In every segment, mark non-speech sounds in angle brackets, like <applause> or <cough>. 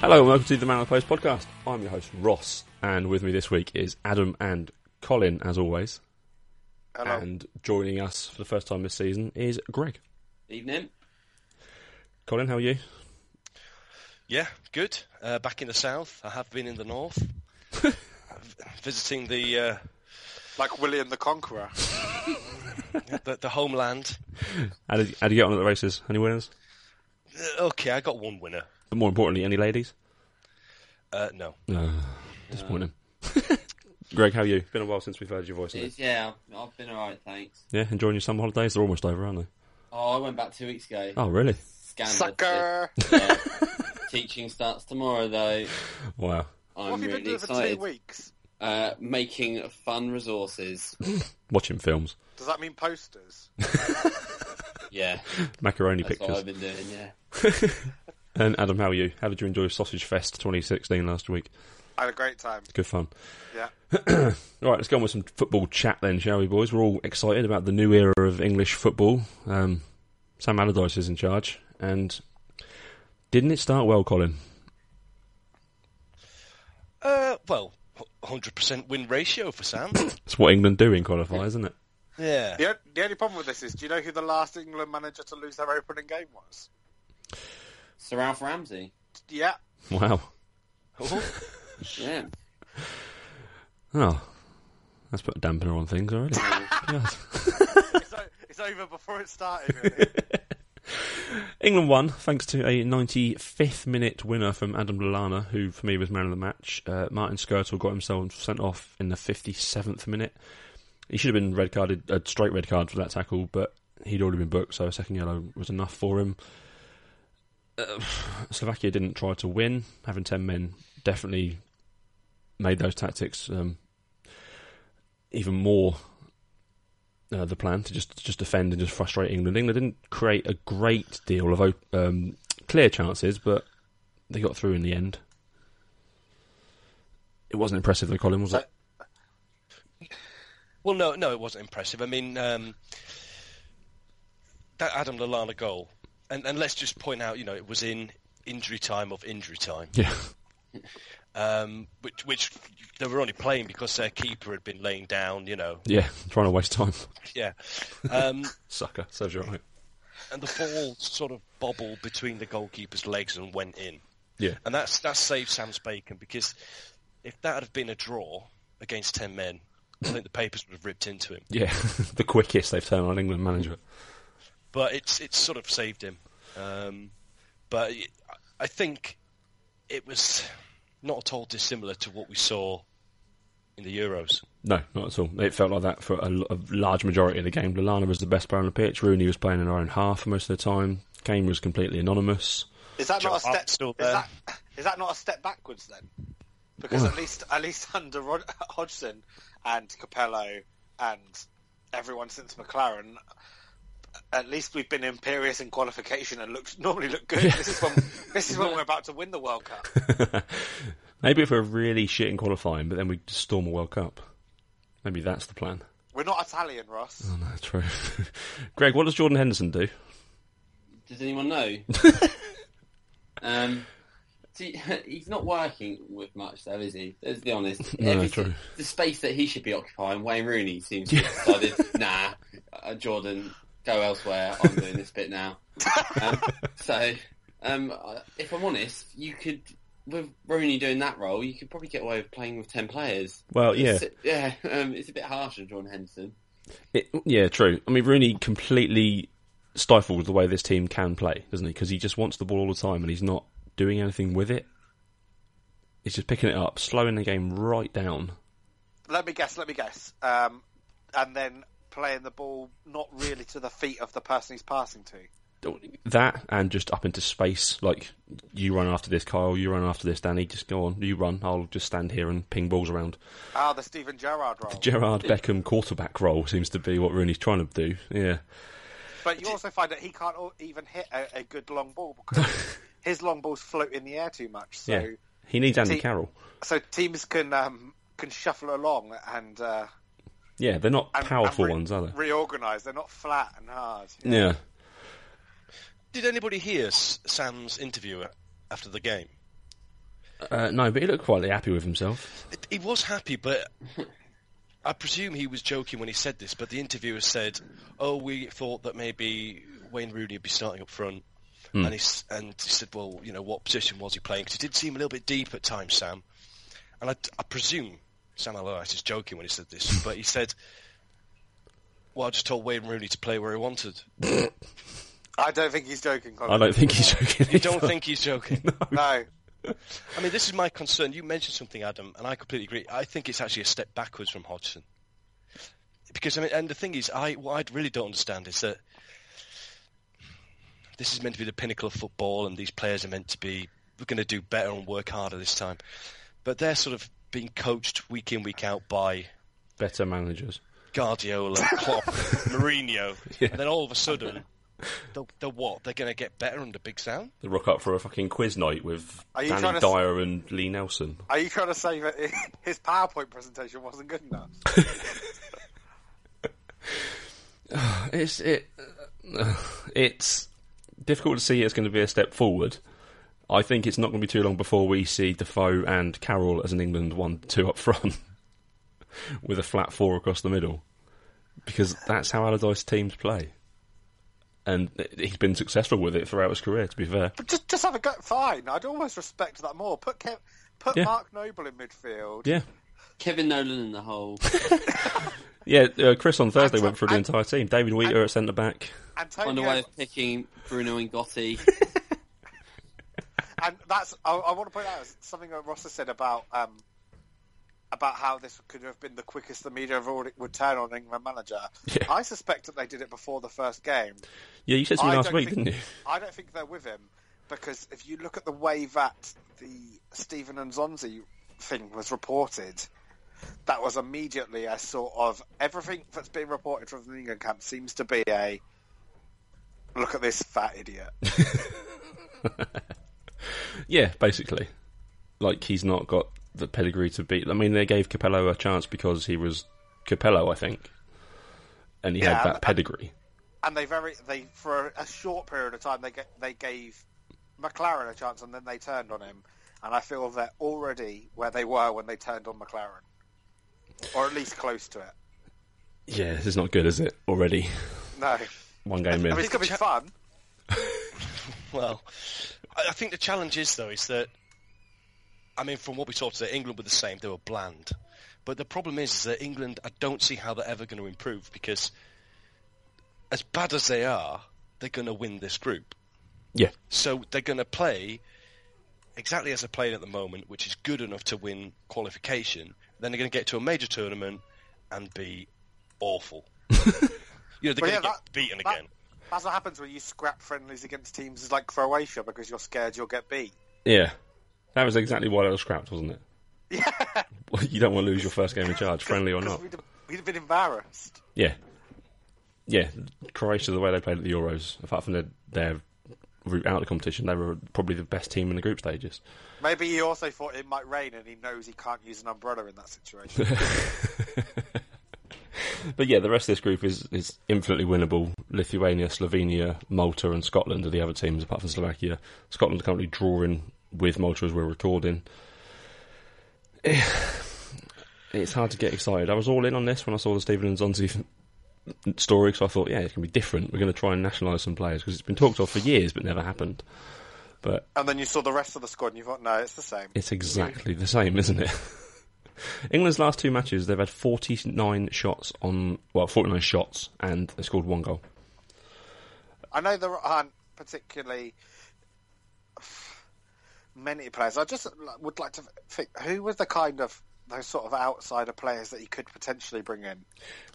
Hello and welcome to the Man on the Post podcast. I'm your host Ross, and with me this week is Adam and Colin, as always. Hello. And joining us for the first time this season is Greg. Evening. Colin, how are you? Yeah, good. Uh, back in the south. I have been in the <laughs> north. Visiting the, uh, like William the Conqueror. <laughs> the the homeland. How did, how did you get on at the races? Any winners? Uh, Okay, I got one winner. But more importantly, any ladies? Uh, no. Disappointing. <laughs> Greg, how are you? Uh, Been a while since we've heard your voice. hasn't It's, yeah, I've been alright, thanks. it? Yeah, enjoying your summer holidays? They're almost over, aren't they? Oh, I went back two weeks ago. Oh, really? Scandalous. <laughs> Sucker! <laughs> Yeah. Teaching starts tomorrow, though. Wow. I'm What have you really been doing for two excited. weeks? Uh, making fun resources. Watching films, Does that mean posters? <laughs> Yeah, macaroni that's what I've pictures. been doing. Yeah. And Adam, how are you? How did you enjoy Sausage Fest 2016 last week? I had a great time. Good fun. Yeah. All <clears throat> right, let's go on with some football chat then, shall we, boys? We're all excited about the new era of English football. Um, Sam Allardyce is in charge, and didn't it start well, Colin? Uh, well, h- 100% win ratio for <coughs> Sam. It's what England do in qualifiers, isn't it? yeah. The, o- the only problem with this is, do you know who the last England manager to lose their opening game was? Sir Ralph Ramsey. Yeah. Wow. Oh, Yeah. Oh, that's put a dampener on things already. God. It's, o- <laughs> it's over before it started. <laughs> Really. England won thanks to a 95th minute winner from Adam Lallana, who for me was man of the match. Uh, Martin Skirtle got himself sent off in the 57th minute. He should have been red carded, a straight red card for that tackle, but he'd already been booked, so a second yellow was enough for him. Uh, <sighs> Slovakia didn't try to win. Having 10 men definitely made those tactics um, even more uh, the plan to just just defend and just frustrate England. England didn't create a great deal of op- um, clear chances, but they got through in the end. It wasn't impressive though, Colin, was it? well, no, no, it wasn't impressive. I mean, um, that Adam Lallana goal, and, and let's just point out, you know, it was in injury time of injury time. Yeah, <laughs> um, which which they were only playing because their keeper had been laying down, you know. yeah, trying to waste time, Yeah. Um, sucker. Serves you right. and the ball sort of bobbled between the goalkeeper's legs and went in. Yeah, And that's that saved Sam's bacon because if that had been a draw against ten men, I think the papers would have ripped into him. yeah, <laughs> the quickest they've turned on England manager. But it's it's sort of saved him. Um, but it- I think it was not at all dissimilar to what we saw in the Euros. No, not at all. It felt like that for a, l- a large majority of the game. Lallana was the best player on the pitch. Rooney was playing in our own half most of the time. Kane was completely anonymous. Is that not a Joe step? Hart's still Is there. that, is that not a step backwards then? Because at least at least <laughs> under Rod- Hodgson and Capello and everyone since McLaren, at least we've been imperious in qualification and looked normally look good. This is when this is when we're about to win the World Cup. Maybe if we're really shit in qualifying, but then we just storm a World Cup. Maybe that's the plan. We're not Italian, Ross. No, true. <laughs> Greg, what does Jordan Henderson do? Does <laughs> anyone know? um, see, <laughs> he's not working with much, though, is he? Let's be honest. No, Every- true. The space that he should be occupying, Wayne Rooney seems to <laughs> have decided, nah, uh, Jordan, go elsewhere. I'm doing this bit now. Um, so, um, uh, if I'm honest, you could, with Rooney doing that role, you could probably get away with playing with 10 players. Well, yeah, It's- yeah, um, it's a bit harsh on Jordan Henderson. It- yeah, true. I mean, Rooney completely stifles the way this team can play, doesn't he? Because he just wants the ball all the time, and he's not doing anything with it. He's just picking it up, slowing the game right down. Let me guess. Let me guess. Um, and then playing the ball not really to the feet of the person he's passing to. That and just up into space, like you run after this, Kyle. You run after this, Danny. Just go on, you run. I'll just stand here and ping balls around. Ah, the Stephen Gerrard role. Gerard Beckham quarterback role seems to be what Rooney's trying to do. Yeah, But you also find that he can't al- even hit a, a good long ball <laughs> because his long balls float in the air too much. So, yeah. He needs Andy See- Carroll. so teams can um, can shuffle along and uh, Yeah, they're not and- powerful and re- ones, are they? Reorganize. They're not flat and hard. yeah. Did anybody hear S- Sam's interview after the game? Uh, no, but he looked quite happy with himself. It- He was happy, but I presume he was joking when he said this. But the interviewer said, "Oh, we thought that maybe Wayne Rooney would be starting up front." And he s- and he said, "Well, you know, what position was he playing? Because he did seem a little bit deep at times, Sam." And I, I presume Sam Allardyce is joking when he said this, but he said, "Well, I just told Wayne Rooney to play where he wanted." I don't think he's joking. Colin. I don't think he's joking. <laughs> You don't think he's joking? No. I mean, this is my concern. You mentioned something, Adam, and I completely agree. I think it's actually a step backwards from Hodgson. Because, I mean, and the thing is, I, what I really don't understand is that this is meant to be the pinnacle of football and these players are meant to be going to do better and work harder this time. But they're sort of being coached week in, week out by better managers? Guardiola, <laughs> Klopp, Mourinho. And then all of a sudden, they're, they're what? They're going to get better under Big Sam? They rock up for a fucking quiz night with Are you Danny trying to- Dyer and Lee Nelson. Are you trying to say that <laughs> his PowerPoint presentation wasn't good enough? It's it, <sighs> it's difficult to see. It's going to be a step forward. I think it's not going to be too long before we see Defoe and Carroll as an England one-two up front, <laughs> with a flat four across the middle, because that's how Allardyce teams play, and he's been successful with it throughout his career. To be fair, But just just have a go. Fine. I'd almost respect that more. Put Kev, put Yeah. Mark Noble in midfield. yeah, Kevin Nolan in the hole. yeah. Uh, Chris on Thursday And- went through the and- entire team. David Wheater at centre back. Find a Antonio, way of picking Bruno and Gotti. and that's I, I want to point out is something that Ross has said about um, about how this could have been the quickest the media have already would turn on England manager. Yeah. I suspect that they did it before the first game. Yeah, you said to me I last don't week, think- didn't you? <laughs> I don't think they're with him because if you look at the way that the Stephen and Zonzi thing was reported, that was immediately a sort of everything that's been reported from the England camp seems to be a look at this fat <laughs> idiot. Yeah, basically. Like he's not got the pedigree to beat. I mean, they gave Capello a chance because he was Capello, I think, and he Yeah, had I- that pedigree. and they very they for a short period of time they get they gave McLaren a chance and then they turned on him, and I feel they're already where they were when they turned on McLaren, or at least close to it. yeah, this is not good, is it? Already No, one game I mean in. it's gonna be fun. Well, I I think the challenge is though is that, I mean, from what we saw today, England were the same. They were bland, but the problem is, is that England, I don't see how they're ever going to improve because, as bad as they are, they're going to win this group. Yeah, So they're going to play exactly as they're playing at the moment, which is good enough to win qualification. Then they're going to get to a major tournament and be awful. <laughs> you know, they're Well, going to yeah, get beaten that- again. That's what happens when you scrap friendlies against teams like Croatia because you're scared you'll get beat. yeah, that was exactly why they were scrapped, wasn't it? Yeah. <laughs> you don't want to lose your first game in charge, <laughs> friendly or Because not. we'd, we'd have been embarrassed. Yeah, yeah. Croatia, the way they played at the Euros, apart from their their route out of the competition, they were probably the best team in the group stages. Maybe he also thought it might rain and he knows he can't use an umbrella in <laughs> that situation. But yeah, the rest of this group is, is infinitely winnable. Lithuania, Slovenia, Malta, and Scotland are the other teams apart from Slovakia. Scotland are currently drawing with Malta as we're recording. <sighs> It's hard to get excited. I was all in on this when I saw the Stephen and Zonzi story, so I thought, yeah, it's going to be different. We're going to try and nationalise some players because it's been talked of for years but never happened. But and then you saw the rest of the squad and you thought, no, it's the same. it's exactly the same, isn't it? <laughs> England's last two matches, they've had 49 shots on, well, 49 shots, and they scored one goal. I know there aren't particularly many players. I just would like to think who was the kind of those sort of outsider players that he could potentially bring in.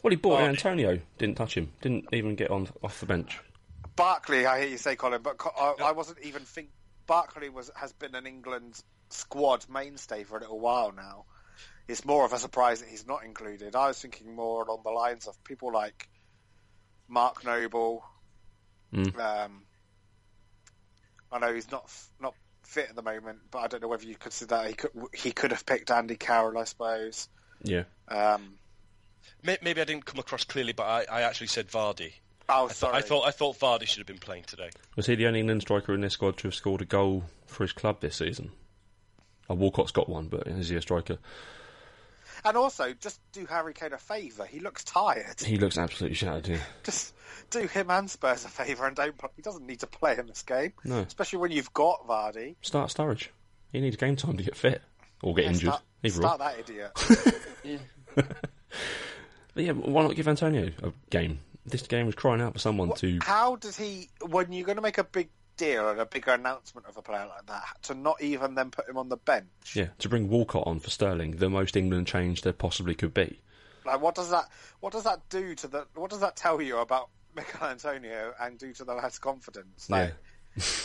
Well, he bought in Antonio. Didn't touch him. Didn't even get on off the bench. Barkley, I hear you say, Colin, but Co- I, I wasn't even think Barkley was has been an England squad mainstay for a little while now. It's more of a surprise that he's not included. I was thinking more along the lines of people like Mark Noble. Um, I know he's not f- not fit at the moment, but I don't know whether you consider that he could he could have picked Andy Carroll, I suppose. Yeah. Um, May- Maybe I didn't come across clearly, but I, I actually said Vardy. oh, I, thought sorry. I thought I thought Vardy should have been playing today. Was he the only England striker in this squad to have scored a goal for his club this season? Oh, Walcott's got one, but is he a striker? And also, just do Harry Kane a favour. He looks tired. He looks absolutely shattered. Yeah. Just <laughs> do him and Spurs a favour and don't. He doesn't need to play in this game, No. especially when you've got Vardy. Start Sturridge. He needs game time to get fit or get Yeah, injured. Start, Either or. start that idiot. But yeah, why not give Antonio a game? This game was crying out for someone <laughs> to. How does he? When you're going to make a big deal and a bigger announcement of a player like that, to not even then put him on the bench? Yeah, to bring Walcott on for Sterling, the most England change there possibly could be. Like, what does that? What does that do to the? What does that tell you about Mikel Antonio and do to the lad's confidence? Like,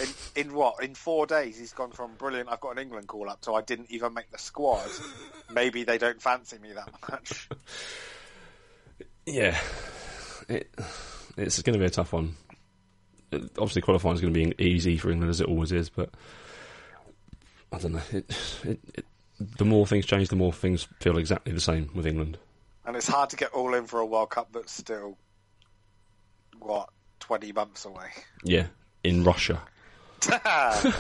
in, in what? In four days, he's gone from brilliant. I've got an England call up, so I didn't even make the squad. Maybe they don't fancy me that much. Yeah, it, it's going to be a tough one. It- Obviously, qualifying is going to be easy for England as it always is, but I don't know. It, it, it, the more things change, the more things feel exactly the same with England. And it's hard to get all in for a World Cup that's still what twenty months away. Yeah, in Russia. I'm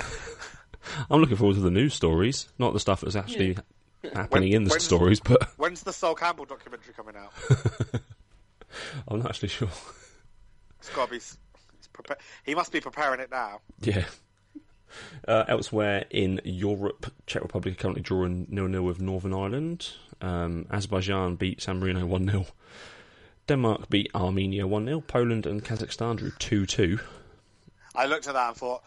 looking forward to the news stories, not the stuff that's actually happening When- in the when's- stories, but <laughs> When's the Sol Campbell documentary coming out? I'm not actually sure. It's got to be. s- It's prepar- he must be preparing it now. Yeah. Uh, elsewhere in Europe, Czech Republic are currently drawing nil nil with Northern Ireland. Um, Azerbaijan beat San Marino 1 0. Denmark beat Armenia 1 0. Poland and Kazakhstan drew 2 2. I looked at that and thought,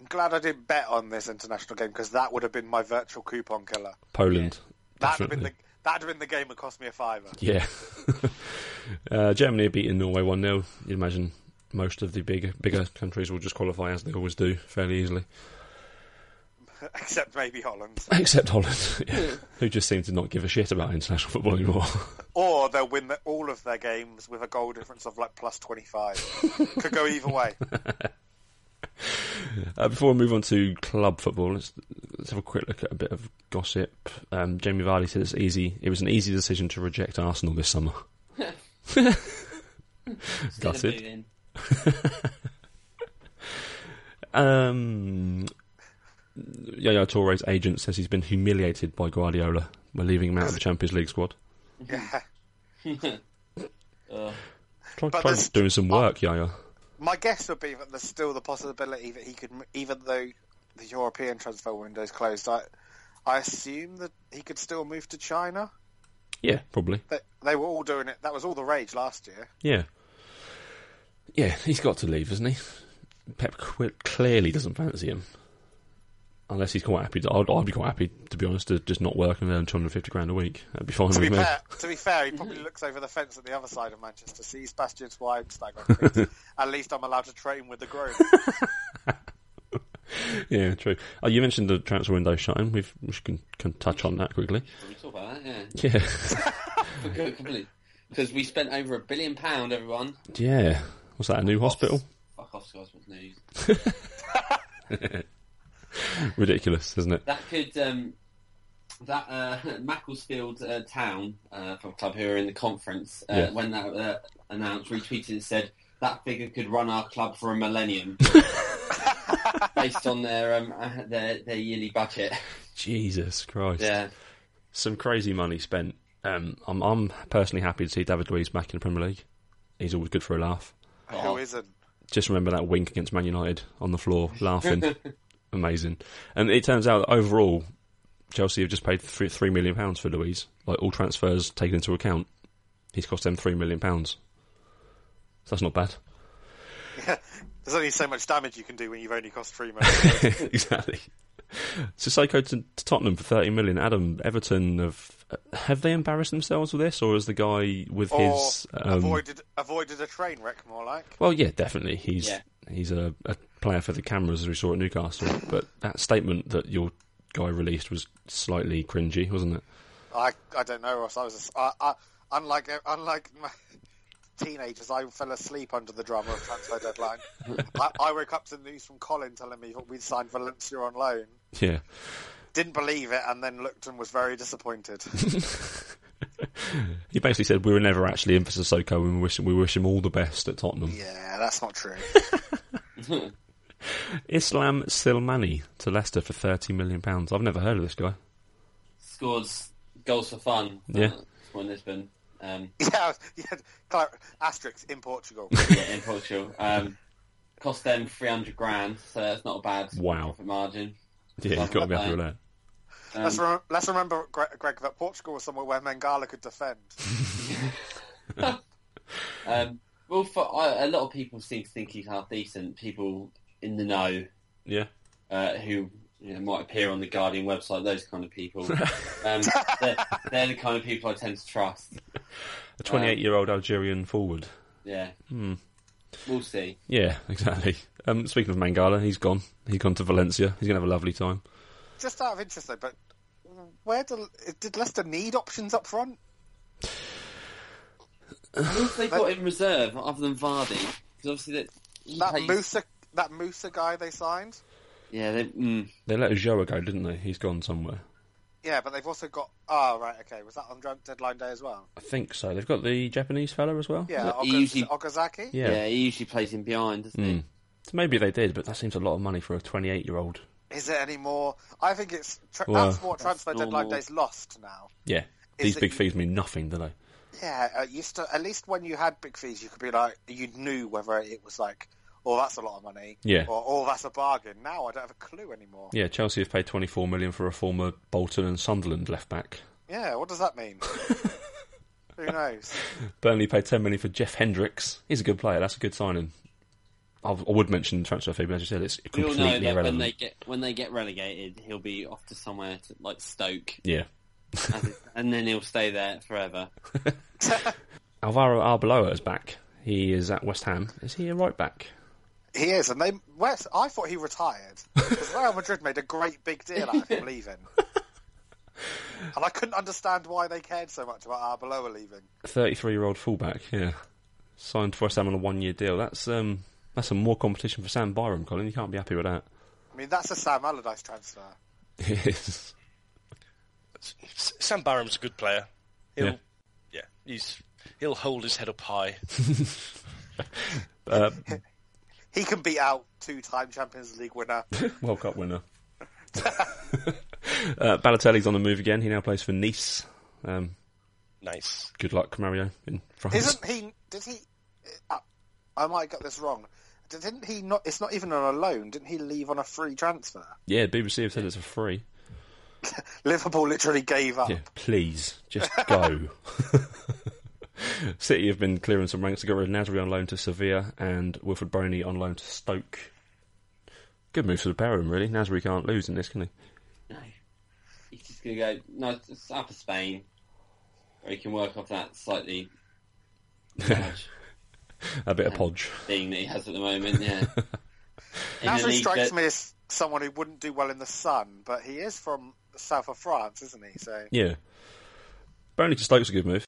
I'm glad I didn't bet on this international game because that would have been my virtual coupon killer. Poland. That'd have been definitely. the that'd have been the game that cost me a fiver. <laughs> Yeah. <laughs> uh, Germany are beating Norway 1 0. You'd imagine most of the bigger, bigger countries will just qualify as they always do fairly easily. Except maybe Holland, Except Holland, <laughs> yeah, who just seem to not give a shit about international football anymore. or they'll win the, all of their games with a goal difference of like plus twenty five. Could go either way. <laughs> Uh, before we move on to club football, let's, let's have a quick look at a bit of gossip. Um, Jamie Vardy says it's easy. It was an easy decision to reject Arsenal this summer. Still Gutted. moving. Um, Yaya Touré's agent says he's been humiliated by Guardiola by leaving him out of the Champions League squad. Yeah. Ugh. Try, But try there's- doing some work, Yaya. My guess would be that there's still the possibility that he could, m- even though the European transfer window is closed. I, I assume that he could still move to China. Yeah, probably. They, they were all doing it. That was all the rage last year. Yeah. Yeah, he's got to leave, isn't he? Pep qu- clearly doesn't fancy him. Unless he's quite happy. To, I'd, I'd be quite happy, to be honest, to just not work and earn 250 grand a week. That'd be fine To be with me. fair, to be fair, he probably looks over the fence at the other side of Manchester, sees Bastian Schweinsteiger. and thinks, at least I'm allowed to train with the groom. Yeah, true. Oh, you mentioned the transfer window shutting. We've, we can, can touch on that quickly. <laughs> Should we talk about that? Yeah. Yeah. Because we spent over a billion pound, everyone. yeah. Was that a new hospital? Fuck off, Scott's news. Ridiculous, isn't it? That could um, that uh, <laughs> Macclesfield uh, town uh, from club who were in the conference uh, Yeah. when that uh, announced retweeted and said that figure could run our club for <laughs> a millennium. Based on their um, uh, their their yearly <laughs> budget, Jesus Christ. yeah, Some crazy money spent. Um, I'm, I'm personally happy to see David Luiz back in the Premier League. He's always good for a laugh. Who isn't? just remember that wink against Man United on the floor, laughing. Amazing. And it turns out that overall, Chelsea have just paid three, three million pounds for Louise. Like all transfers taken into account, he's cost them three million pounds. So that's not bad. <laughs> There's only so much damage you can do when you've only cost three million. exactly. Sissoko to, to Tottenham for 30 million. Adam, Everton have have they embarrassed themselves with this, or is the guy with Or his um, avoided avoided a train wreck, more like. Well, yeah, definitely. He's Yeah. he's a, a player for the cameras, as we saw at Newcastle. But that statement that your guy released was slightly cringy, wasn't it? I, I don't know, Ross. I was just, I, I, unlike e, unlike my <laughs> teenagers, I fell asleep under the drama of transfer deadline. I, I woke up to the news from Colin telling me that we'd signed Valencia on loan. Yeah. Didn't believe it, and then looked and was very disappointed. He basically said we were never actually in for Sissoko, and we wish we wish him all the best at Tottenham. yeah, that's not true. Islam Silmani to Leicester for thirty million pounds. I've never heard of this guy. Scored goals for fun. Yeah. That's one that's been um, yeah, yeah clar- asterisk in Portugal. yeah, in Portugal. Um, cost them 300 grand, so that's not a bad Wow. profit margin. Yeah, you've got to be happy with that. Um, Let's, re- let's remember, Greg, Greg, that Portugal was somewhere where Mengala could defend. um, well, for, I, a lot of people seem to think he's half decent. People in the know Yeah. uh, who you know, might appear on the Guardian website, those kind of people. <laughs> um, they're, they're the kind of people I tend to trust. A twenty-eight-year-old Algerian forward. Yeah. Hmm. We'll see. Yeah, exactly. Um, speaking of Mangala, he's gone. He's gone to Valencia. He's gonna have a lovely time. Just out of interest, though, but where do, did Leicester need options up front? Who have they got in reserve other than Vardy? Because obviously that. he That plays- Musa, that Musa guy they signed. Yeah, they, mm, They let Ojoa go, didn't they? He's gone somewhere. Yeah, but they've also got. Oh, right, okay. Was that on dra- deadline day as well? I think so. They've got the Japanese fella as well. Yeah, Well, Oka- he usually- Okazaki. Yeah. Hmm. yeah. he usually plays in behind, doesn't he? So maybe they did, but that seems a lot of money for a 28 year old. Is it any more? I think it's tra- Well, that's what transfer deadline normal. day's lost now. Yeah. Is These it- big fees mean nothing, do they? Yeah, it used to at least when you had big fees, you could be like you knew whether it was like, oh, that's a lot of money. Yeah. Or oh, that's a bargain. Now I don't have a clue anymore. Yeah, Chelsea have paid 24 million for a former Bolton and Sunderland left back. Yeah, what does that <laughs> mean? Who knows? Burnley paid 10 million for Jeff Hendricks. He's a good player. That's a good signing. I I would mention transfer fee, but as you said, it's We all completely know that irrelevant. when they get when they get relegated, he'll be off to somewhere to, like Stoke, Yeah. as it- and then he'll stay there forever. Alvaro Arbeloa is back. He is at West Ham. Is he a right back? He is, and they. Wes, I thought he retired because Real Madrid made a great big deal out of him leaving, and I couldn't understand why they cared so much about Arbeloa leaving. 33 year old fullback, yeah. Signed for West Ham on a one year deal. That's um, that's some more competition for Sam Byram, Colin. You can't be happy with that. <laughs> I mean, that's a Sam Allardyce transfer. It is. S- Sam Barham's a good player. He'll, Yeah. yeah. he's he'll hold his head up high. Uh, He can beat out two-time Champions League winner. World Cup winner. <laughs> uh, Balotelli's on the move again. He now plays for Nice. Um, Nice. good luck, Mario, in France. Isn't he? Did he? Uh, I might get this wrong. Didn't he not? It's not even on a loan. Didn't he leave on a free transfer? Yeah, BBC have said it's for free. Liverpool literally gave up. Yeah, please, just go. <laughs> City have been clearing some ranks. They got rid of Nasri on loan to Sevilla and Wilfred Boney on loan to Stoke. Good move for the pair of them, really. Nasri can't lose in this, can he? No, he's just gonna go no, it's- it's up to Spain, where he can work off that slightly large A bit of podge. thing that he has at the moment. <laughs> Yeah, In a Nasri league strikes that- me as someone who wouldn't do well in the sun, but he is from the south of France, isn't he? So Yeah. Burnley to Stoke's a good move.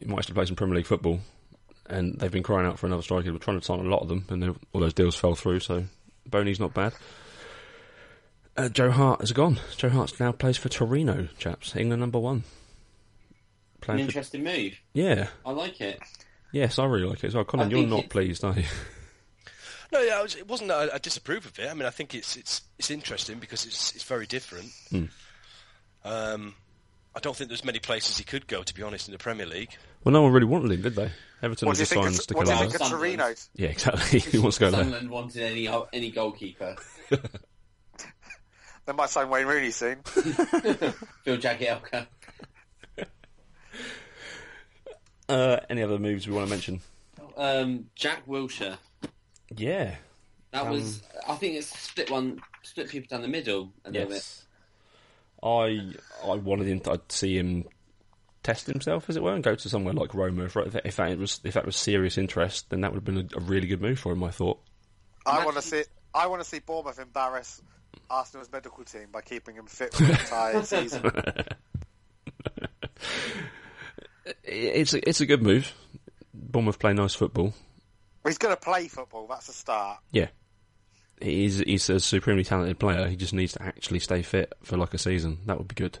He might actually play some Premier League football. And they've been crying out for another striker. We're trying to sign a lot of them, and they- all those deals fell through, so Boney's not bad. Uh, Joe Hart is gone. Joe Hart now plays for Torino, chaps. England number one. An Playing for, interesting move. yeah. I like it. Yes, I really like it as well. Colin, I you're think not it's- pleased, are you? <laughs> No, yeah, I was, it wasn't that I, I disapprove of it. I mean, I think it's it's it's interesting because it's it's very different. Hmm. Um, I don't think there's many places he could go, to be honest, in the Premier League. well, no one really wanted him, did they? Everton what was do you just signed think? Of, what do you think Stickalars. of Torino? Sunderland. Yeah, exactly. <laughs> He wants to go there. Sunderland wanted any any goalkeeper. They might sign Wayne Rooney soon. Phil Jagielka. Uh, any other moves we want to mention? Um, Jack Wilshire. Yeah. That Um, was, I think it's split one, split people down the middle a little bit. Yes. I I wanted him. To, I'd see him test himself, as it were, and go to somewhere like Roma. If, if that was if that was serious interest, then that would have been a, a really good move for him. I thought. I want to see. I want to see Bournemouth embarrass Arsenal's medical team by keeping him fit for the entire season. I- It's a, it's a good move. Bournemouth play nice football. He's going to play football. That's a start. Yeah, he's he's a supremely talented player. He just needs to actually stay fit for like a season. That would be good.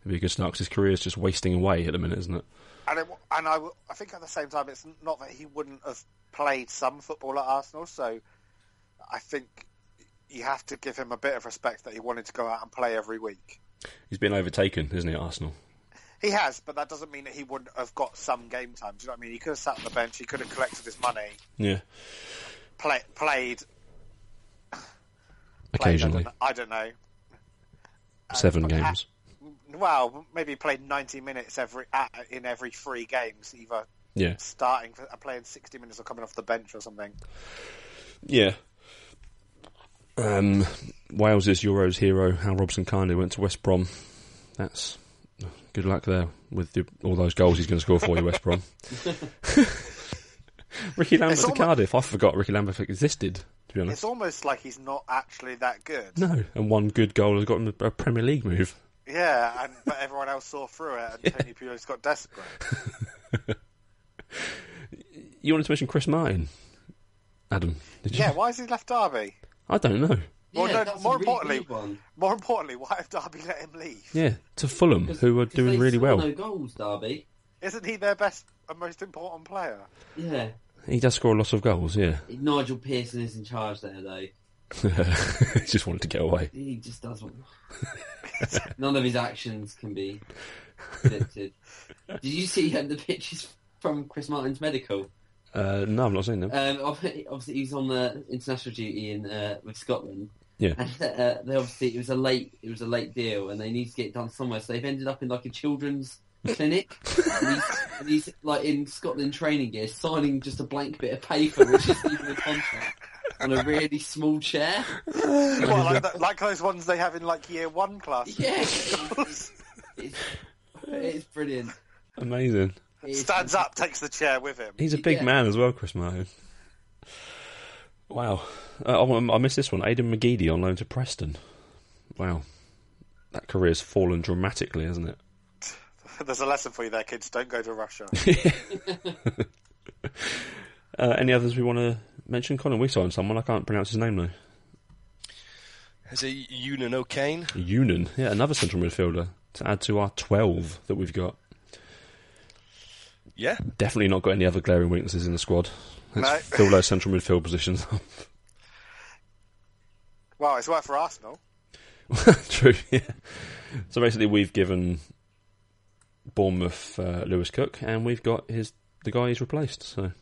It'd be a good start 'cause his career is just wasting away at the minute, isn't it? And it, and I, will- I think at the same time, it's not that he wouldn't have played some football at Arsenal. So I think you have to give him a bit of respect that he wanted to go out and play every week. He's been overtaken, isn't he, at Arsenal? He has, but that doesn't mean that he wouldn't have got some game time. Do you know what I mean? He could have sat on the bench. He could have collected his money, Yeah, play, played, played. I occasionally don't, I don't know. seven but- games. Well, maybe he played ninety minutes every at, in every three games, either Yeah, starting for, uh, playing sixty minutes or coming off the bench or something. yeah. Um, Wales's Euros hero, Hal Robson Carney, went to West Brom. That's uh, good luck there with the, all those goals he's going to score for you, West Brom. <laughs> Ricky Lambert to almo- Cardiff. I forgot Ricky Lambert existed. To be honest, It's almost like he's not actually that good. No, and one good goal has got him a Premier League move. Yeah, and but everyone else saw <laughs> through it, and Tony Pulis got desperate. You wanted to mention Chris Martin, Adam? Did you? Yeah, why has he left Derby? I don't know. Well, yeah, no, that's a more really importantly- good one. More importantly, why have Derby let him leave? Yeah, to Fulham, who are 'Cause they doing really scored well. No goals, Derby. Isn't he their best and most <laughs> important player? Yeah, He does score a lot of goals. Yeah, <laughs> Nigel Pearson is in charge there though. he just wanted to get away. He <laughs> just doesn't. None of his actions can be predicted. Did you see um, the pictures from Chris Martin's medical? Uh, no, I'm not saying that. Um, ob- obviously, he was on the international duty in uh, with Scotland, Yeah, and uh, they obviously it was a late it was a late deal, and they need to get it done somewhere. So they've ended up in like a children's clinic, and he's, and he's like in Scotland training gear, signing just a blank bit of paper, which is even a contract, on a really small chair. Well, like, that, like those ones they have in like year one class. <laughs> Yeah, Stands it's, it's brilliant. amazing. It's, up, takes the chair with him. <laughs> He's a big Yeah. man as well, Chris Martin. Wow, uh, I, I missed this one. Aidan McGeady on loan to Preston. Wow, that career's fallen dramatically, hasn't it? There's a lesson for you there, kids. Don't go to Russia. Uh, any others we want to mention? Colin, we signed someone. I can't pronounce his name though. Is it Unan O'Kane? Unan, yeah, another central midfielder to add to our 12 that we've got. Yeah. Definitely not got any other glaring weaknesses in the squad. Let's No. fill those central midfield positions. well, it's worked for Arsenal. True, yeah. So basically, we've given Bournemouth uh, Lewis Cook, and we've got his the guy he's replaced. So,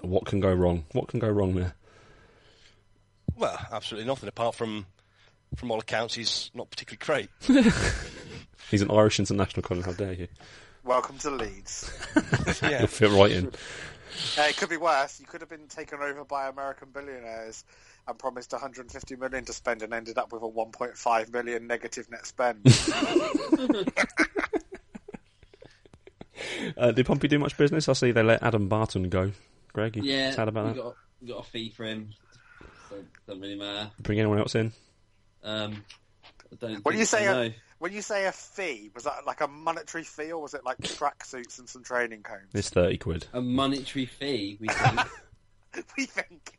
what can go wrong? What can go wrong there? Well, absolutely nothing apart from, from all accounts, he's not particularly great. <laughs> He's an Irish international, Colin. How dare you? Welcome to Leeds. <laughs> yeah. He'll fit right in. Yeah, it could be worse. You could have been taken over by American billionaires and promised 150 million to spend and ended up with a 1.5 million negative net spend. Uh, did Pompey do much business? I see they let Adam Barton go. Greg, you Yeah, sad about we that? Got, we got a fee for him. So doesn't really matter. Bring anyone else in? Um, I don't. When you think say uh, so, a, when you say a fee, was that like a monetary fee or was it like tracksuits and some training cones? It's 30 quid. no. a monetary fee, we think. <laughs> we think.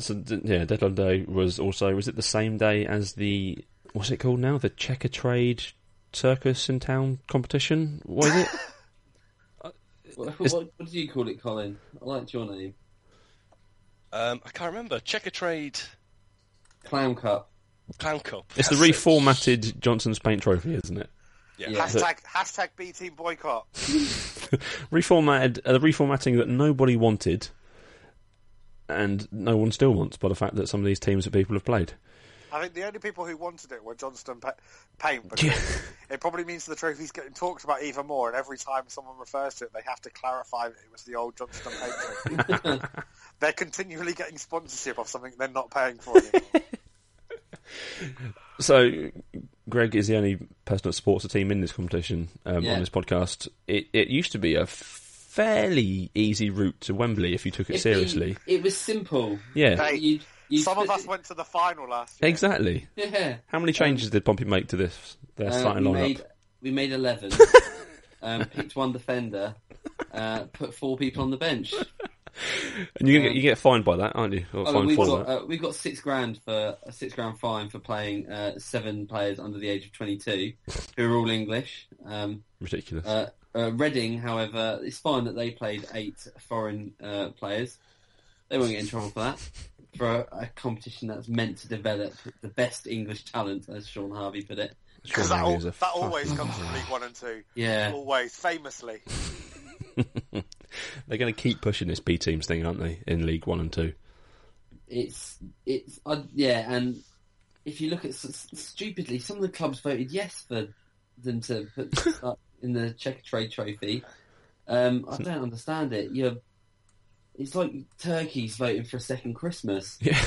So d- yeah, deadline day was also was it the same day as the what's it called now the checker trade circus in town competition? What is <laughs> it? what, what, what did you call it, Colin? I liked your name. Um, I can't remember. Checker Trade Clown Cup. Clown Cup. it's the That's it. reformatted Johnson's Paint Trophy, isn't it? Yeah. Yeah. Hashtag hashtag B team boycott. Reformatted uh, the reformatting that nobody wanted, and no one still wants by the fact that some of these teams that people have played. I think the only people who wanted it were Johnston pa- Paint because it probably means the trophy's getting talked about even more, and every time someone refers to it, they have to clarify that it was the old Johnston Paint trophy. they're continually getting sponsorship of something they're not paying for anymore. So, Greg is the only person that supports a team in this competition um, Yeah. on this podcast. It, it used to be a fairly easy route to Wembley if you took it If seriously. you- it was simple. Yeah, Hey, You, you Some of put us went to the final last year. exactly. it- Yeah. How many changes did Pompey make to this their Uh, starting we lineup? made we made eleven. um, picked one defender. Uh, put four people on the bench. And you get you get fined by that, aren't you? Or Oh, fined we've for got that. uh, we've got six grand for a six grand fine for playing uh, seven players under the age of twenty two, who are all English. Um, Ridiculous. uh, uh, Reading, however, it's fine that they played eight foreign uh, players. They won't get in trouble for that. For a, a competition that's meant to develop the best English talent, as Sean Harvey put it. Sean Because <laughs> that, Harvey al- is a that always fucking- comes from League One and Two. Yeah. Always, famously. They're going to keep pushing this B teams thing, aren't they? In League One and Two. it's it's uh, yeah, and if you look at s- stupidly, some of the clubs voted yes for them to put up in the Czech Trade Trophy. Um, I don't understand it. You're it's like turkeys voting for a second Christmas. Yeah.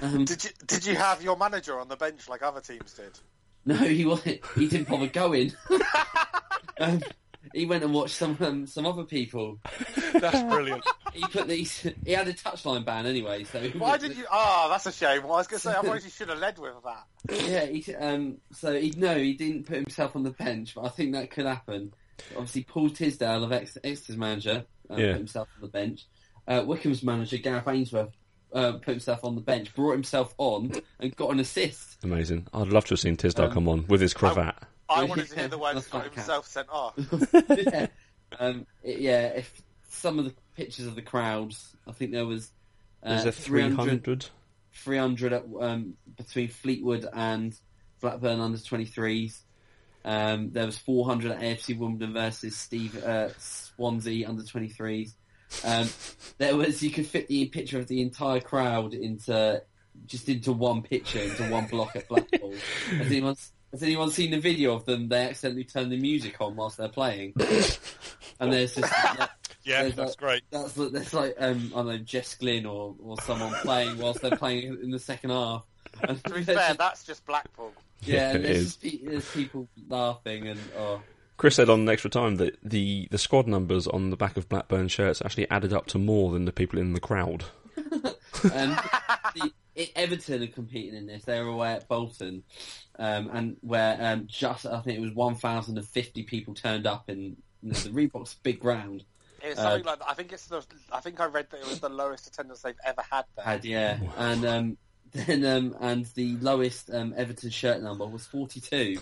Um, Did you did you have your manager on the bench like other teams did? no, he wasn't. He didn't bother going. <laughs> um, he went and watched some um, some other people. That's brilliant. He put these. He had a touchline ban anyway. So he Why was- did you? Ah, that's a shame. Well, I was going to say, otherwise you should have led with that. Yeah, he, um, so he no, he didn't put himself on the bench, but I think that could happen. Obviously, Paul Tisdale of Ex- Exeter's manager uh, Yeah. put himself on the bench. Uh, Wickham's manager Gareth Ainsworth uh, put himself on the bench, brought himself on, and got an assist. Amazing. I'd love to have seen Tisdale come on with his cravat. I Yeah, wanted to hear the words that's got like that. himself sent off. yeah. Um, it- yeah, if some of the pictures of the crowds, I think there was uh, There's a 300 300. 300 at, um, between Fleetwood and Blackburn under 23s. Um, there was 400 at AFC Wimbledon versus Steve uh, Swansea under 23s. Um, there was you could fit the picture of the entire crowd into just into one picture into one block at Blackpool. Has anyone has anyone seen the video of them? They accidentally turn the music on whilst they're playing, and there's just Yeah, There's that's a- great. that's li- that's like um, I don't know Jess Glynn or, or someone playing whilst they're playing in the second half. And <laughs> To be there's fair, just- that's just Blackpool. yeah, and it there's, is. just pe- there's people laughing and oh, Chris said on extra time that the, the squad numbers on the back of Blackburn shirts actually added up to more than the people in the crowd. <laughs> um, the, it, Everton are competing in this. They were away at Bolton, um, and where um, just I think it was 1,050 people turned up in you know, the Reebok's big ground. It was Uh, something like that. I think it's the. I think I read that it was the lowest attendance they've ever had there. Had yeah, and um, then um, and the lowest um, Everton shirt number was <laughs> 42.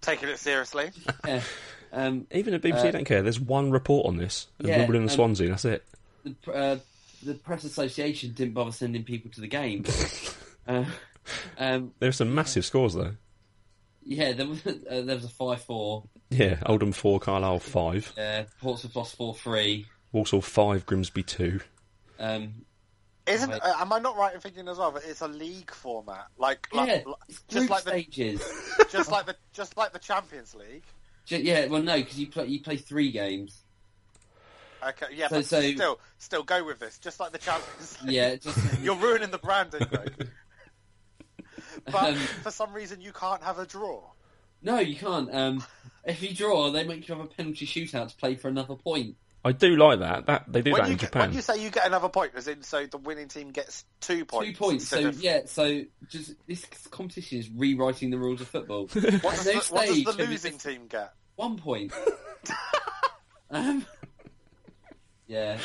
Taking <laughs> it seriously. yeah. Um, Even the BBC don't care. There's one report on this. of Yeah, Wimbledon and um, Swansea, that's it. the pr- uh, the press association didn't bother sending people to the game. uh, um, There are some massive scores, though. yeah, there was, uh, there was a five four. Yeah, Oldham 4, Carlisle 5, Uh, Portsmouth lost four three. Walsall 5, Grimsby 2. Um, Isn't? Right. Uh, am I not right in thinking as well that it's a league format, like, yeah, like, like- it's group just like the stages. <laughs> just like the just like the Champions League. Ju- yeah, well, no, because you play you play three games. Okay, yeah, So- but so- still, still go with this. Just like the Champions <laughs> League. Yeah, <laughs> just You're ruining the branding, Greg. <laughs> but Um, for some reason, you can't have a draw. no, you can't. Um, if you draw, they make you have a penalty shootout to play for another point. I do like that. That They do that When in you, get- Japan. when you say you get another point, as in, so the winning team gets two points. Two points. So instead of- yeah, so just this competition is rewriting the rules of football. what, does no the, what does stage, the so we losing just- team get? <laughs> one point. um, yeah,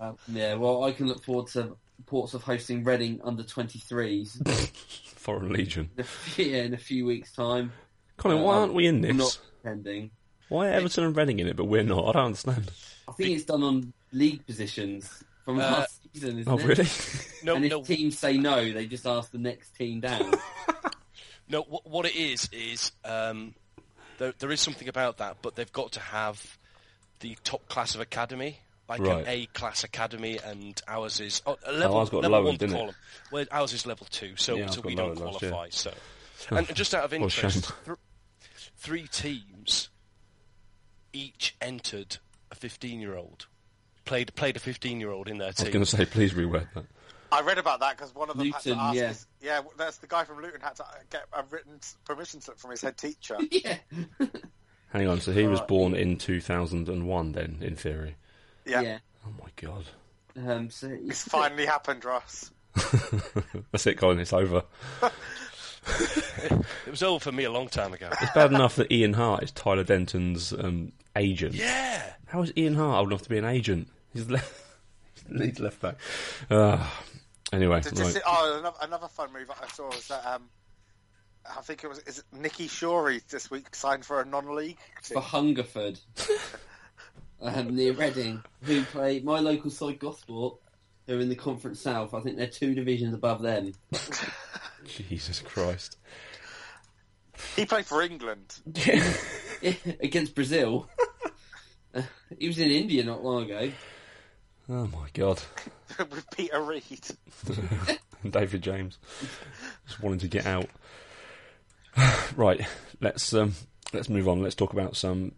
um, yeah. Well, I can look forward to Portsmouth hosting Reading under 23s in Foreign Legion. a few, <laughs> yeah, in a few weeks' time. Colin, why Uh, aren't we in this? I'm Not pretending. Why are Everton and Reading in it, but we're not? I don't understand. I think it's done on league positions from last season, isn't Oh, it? <laughs> really? No, and if no, teams say no, they just ask the next team down. No, what, what it is is um, there, there is something about that, but they've got to have the top class of academy like Right. an A class academy, and ours is oh, a Oh, level, ours got level lowered, one didn't it? column. Well, ours is level two, so, Yeah, ours so got we don't lowered last year. qualify. <laughs> So, and just out of What a shame. interest, th- three teams each entered a fifteen-year-old. Played played a fifteen-year-old in their I was team. going to say, please reword that. I read about that because one of them had Luton, to ask. yeah. His, yeah, that's the guy from Luton had to uh, get a written s- permission slip from his <laughs> head teacher. yeah. Hang on, so he was Right. born in 2001 then, in theory. Yeah, Oh my god. Um, so you- it's finally happened, Ross. <laughs> That's it, Colin, it's over. It was over for me a long time <laughs> ago. It's bad enough that Ian Hart is Tyler Denton's um, agent. yeah, How is Ian Hart old enough to be an agent? He's left, <laughs> he's left back. Uh, anyway, Did you right. see, oh, another, another fun move I saw was that um, I think it was is it Nicky Shorey this week signed for a non-league. team? for Hungerford, <laughs> um, near Reading, who play my local side Gosport, who are in the Conference South. I think they're two divisions above them. <laughs> Jesus Christ. He played for England. <laughs> Against Brazil. <laughs> he was in India not long ago. Oh my god. with Peter Reid. <laughs> David James just wanting to get out. <sighs> right, let's um, let's move on. Let's talk about some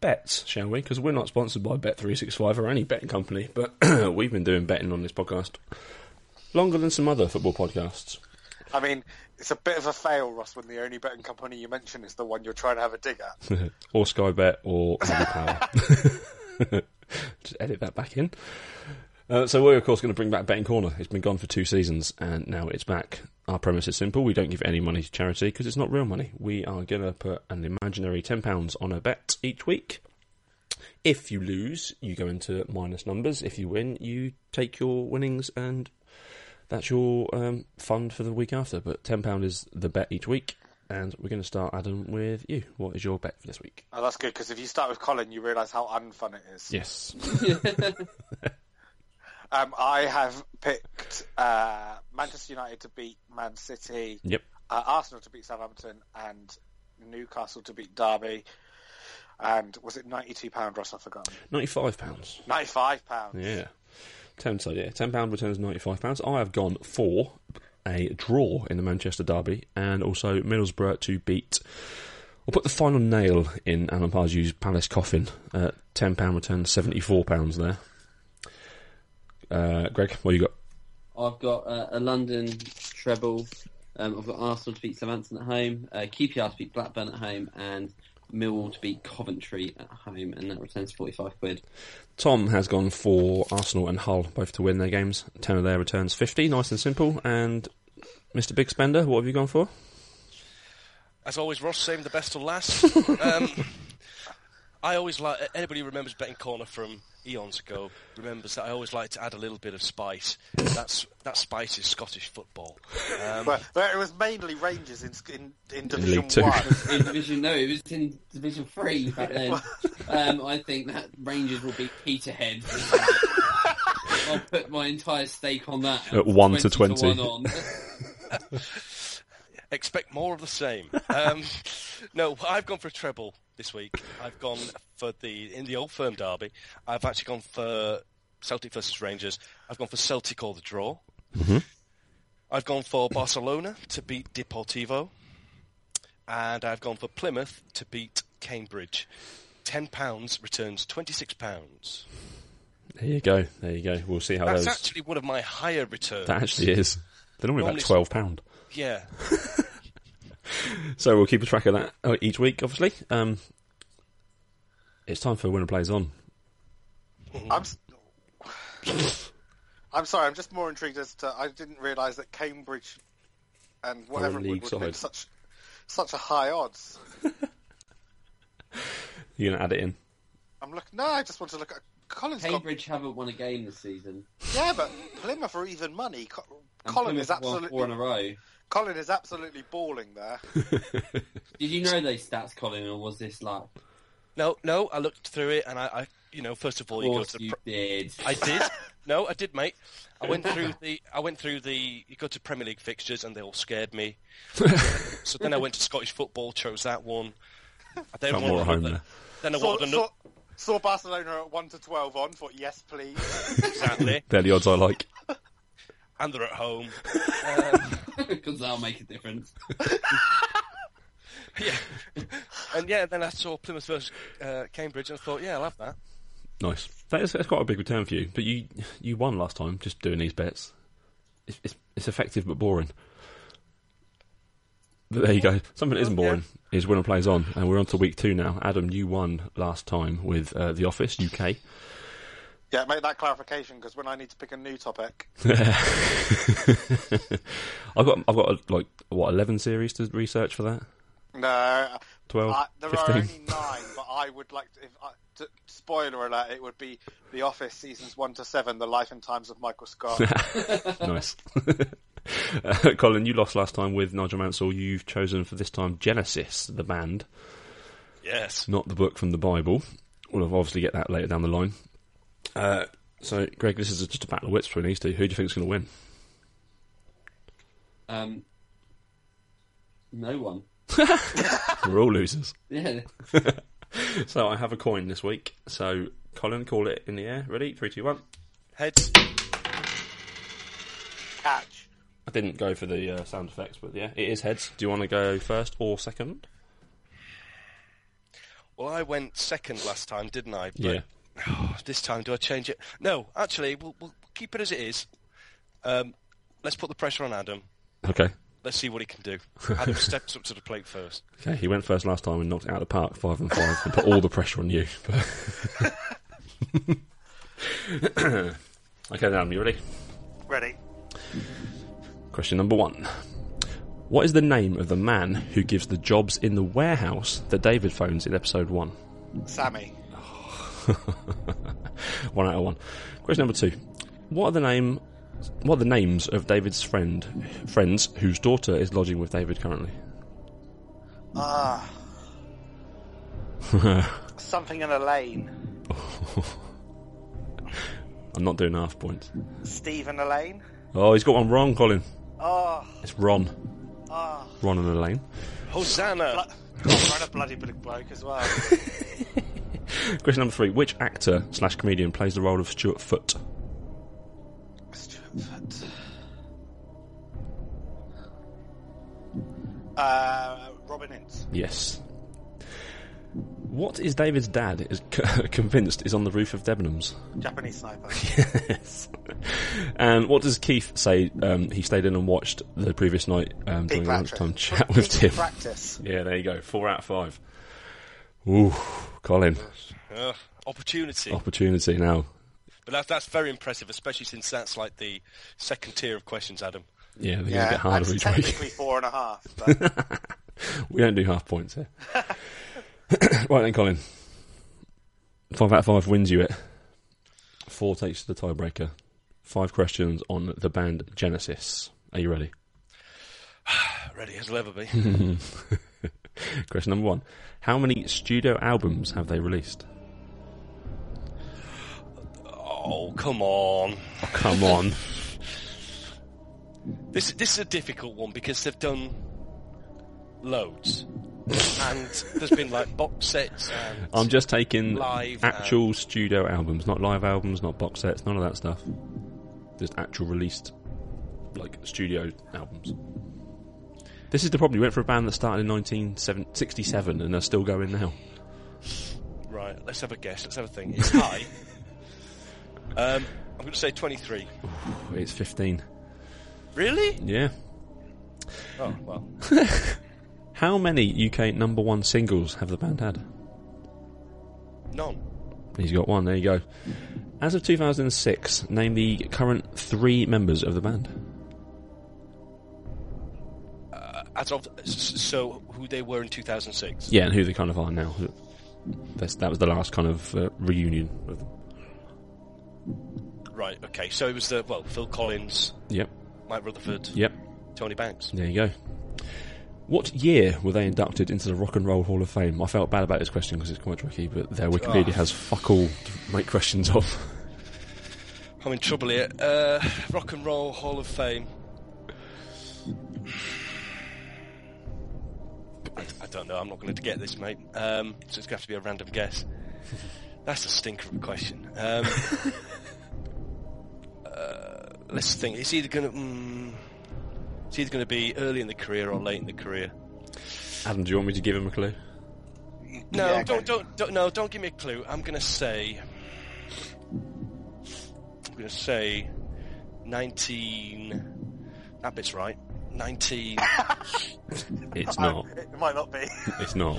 bets, shall we? Because we're not sponsored by Bet Three Six Five or any betting company, but <clears throat> we've been doing betting on this podcast longer than some other football podcasts. I mean, it's a bit of a fail, Ross, when the only betting company you mention is the one you're trying to have a dig at. or Sky Bet or Paddy Power. <laughs> Just edit that back in. Uh, so we're of course going to bring back Betting Corner. It's been gone for two seasons and now it's back. Our premise is simple: we don't give any money to charity because it's not real money. We are going to put an imaginary ten pounds on a bet each week. If you lose, you go into minus numbers. If you win, you take your winnings and that's your um, fund for the week after. But ten pound is the bet each week, and we're going to start Adam with you. What is your bet for this week? Oh, that's good because if you start with Colin, you realise how unfun it is. Yes, Um, I have picked uh, Manchester United to beat Man City, yep, uh, Arsenal to beat Southampton, and Newcastle to beat Derby. And was it ninety-two pound, Ross? I forgot. ninety-five pounds. Ninety-five pounds. Yeah, ten so yeah, ten pound returns ninety-five pounds. I have gone for a draw in the Manchester derby, and also Middlesbrough to beat. We'll put the final nail in Alan Pardew's Palace coffin. Uh, ten pound returns seventy-four pounds there. Uh, Greg, what you got? I've got uh, a London treble. Um, I've got Arsenal to beat Southampton at home, uh, QPR to beat Blackburn at home, and Millwall to beat Coventry at home, and that returns 45 quid. Tom has gone for Arsenal and Hull both to win their games. Ten of their returns fifty, nice and simple. And Mr. Big Spender, what have you gone for? as always, Ross saving the best till last. um, I always like anybody who remembers betting corner from eons ago remembers that I always like to add a little bit of spice. That's that spice is Scottish football. Um, But, but it was mainly Rangers in in, in Division League Two. One. <laughs> in Division No, it was in Division Three back then. um, I think that Rangers will be Peterhead. I'll put my entire stake on that. At one to 20. one on. expect more of the same. Um, no, I've gone for a treble this week. I've gone for the in the old firm derby. I've actually gone for Celtic versus Rangers. I've gone for Celtic or the draw. Mm-hmm. I've gone for Barcelona to beat Deportivo, and I've gone for Plymouth to beat Cambridge. Ten pounds returns twenty six pounds. There you go. There you go. We'll see how That's those. actually one of my higher returns. that actually is. They're normally, Normally about it's- twelve pound. yeah. So we'll keep a track of that uh, each week, obviously. Um, it's time for winner plays on. I'm. s- I'm sorry. I'm just more intrigued as to I didn't realise that Cambridge and whatever it would league would have been side. such such a high odds. You're gonna add it in. I'm looking. No, I just want to look at Colin's got- Cambridge haven't won a game this season. yeah, but Plymouth are even money. Co- And Colin is Plymouth won four in absolutely a row. Colin is absolutely balling <laughs> there. Did you know those stats, Colin, or was this like? No, no. I looked through it, and I, I you know, first of all, Of you go course to the you pr- did. <laughs> <laughs> I did. No, I did, mate. I went through the. I went through the. You go to Premier League fixtures, and they all scared me. <laughs> so then I went to Scottish football, chose that one. I Then Felt wanted more at home another- there. Then I Sort, wanted another. sort, Saw Barcelona at one to twelve on. Thought yes, please. Exactly. They're the odds I like. and they're at home. because that'll make a difference. Yeah. and yeah, then I saw Plymouth versus uh, Cambridge and I thought, yeah, I'll have that. Nice. That is, that's quite a big return for you. But you you won last time just doing these bets. It's, it's, it's effective but boring. But there you go. Something that isn't boring is winner plays on, and we're on to week two now. Adam, you won last time with uh, The Office UK. <laughs> yeah, make that clarification because when I need to pick a new topic, I've got I've got like what eleven series to research for that. no, Twelve, I, there fifteen. are only nine. But I would like to. If I, to spoiler alert, it would be The Office seasons one to seven, The Life and Times of <laughs> Michael Scott. <laughs> nice. <laughs> Uh, Colin, you lost last time with Nigel Mansell. You've chosen for this time Genesis, the band, Yes. not the book from the Bible. We'll obviously get that later down the line. Uh, so, Greg, this is just a battle of wits between these two. Who do you think's going to win? Um, no one. We're all losers. Yeah. <laughs> So, I have a coin this week. So, Colin, call it in the air. Ready? Three, two, one. Heads. Catch. I didn't go for the uh, sound effects, but yeah, it is heads. Do you want to go first or second? Well, I went second last time, didn't I? But Yeah. this time, do I change it? No, actually, we'll, we'll keep it as it is. Um, let's put the pressure on Adam. Okay. Let's see what he can do. <laughs> Adam steps up to the plate first. Okay, he went first last time and knocked it out of the park, five and five, and put all the pressure on you. <laughs> okay, Adam, you ready? Ready. Question number one. What is the name of the man who gives the jobs in the warehouse that David phones in episode one? Sammy. One out of one. Question number two. What are the name what are the names of David's friend friends whose daughter is lodging with David currently? <laughs> Ah. Something in a lane. I'm not doing half points. Stephen Elaine. Oh, he's got one wrong, Colin. Oh, It's Ron. oh. Ron and Elaine. Hosanna! Run a bloody big bloke as well. <laughs> Question number three: Which actor slash comedian plays the role of Stuart Foot? Uh, Robin Ince. Yes. What is David's dad is <laughs> c- convinced is on the roof of Debenhams? Japanese <laughs> sniper. Yes. and what does Keith say? Um, he stayed in and watched the previous night um, during Big the practice. lunchtime chat with Tim. Big practice. <laughs> Yeah, there you go. Four out of five. Ooh, Colin, Ugh, opportunity. Oh. opportunity now. But that, that's very impressive, especially since that's like the second tier of questions, Adam. Yeah, they're going to Yeah, get harder that's each week. technically four and a half. <laughs> But We don't do half points here. <coughs> right then, Colin. Five out of five wins you it. Four takes to the tiebreaker. Five questions on the band Genesis. Are you ready? Ready as will ever be. Question number one. How many studio albums have they released? oh, come on. Come on. This this is a difficult one because they've done loads, and there's been like box sets. And I'm just taking Live uh, actual studio albums, not live albums, not box sets, none of that stuff. Just actual released, like, studio albums. This is the problem. You went for a band that started in 1967 and they're still going now. right, let's have a guess. Let's have a think. It's high. um, I'm going to say 23. It's 15. Really? Yeah. Oh well. <laughs> How many UK number one singles have the band had? None. He's got one, there you go. As of 2006, name the current three members of the band. As of s- so, who they were in 2006? Yeah, and who they kind of are now. That's, that was the last kind of uh, reunion of them. Right. Okay. So it was the well, Phil Collins, Yep, Mike Rutherford, yep, Tony Banks. there you go. What year were they inducted into the Rock and Roll Hall of Fame? I felt bad about this question because it's quite tricky, but their Wikipedia Ah. has fuck all to make questions of. I'm in trouble here. Uh, Rock and Roll Hall of Fame. I, I don't know. I'm not going to get this, mate. Um, so it's going to have to be a random guess. That's a stinker of a question. Um, <laughs> uh, let's think. It's either going to mm, it's either going to be early in the career or late in the career. <laughs> Adam, do you want me to give him a clue? No, Yeah, don't, okay. don't, don't, no, don't give me a clue. I'm going to say, I'm going to say, nineteen. That bit's right. Nineteen. It's <laughs> I- not. it might not be. It's not.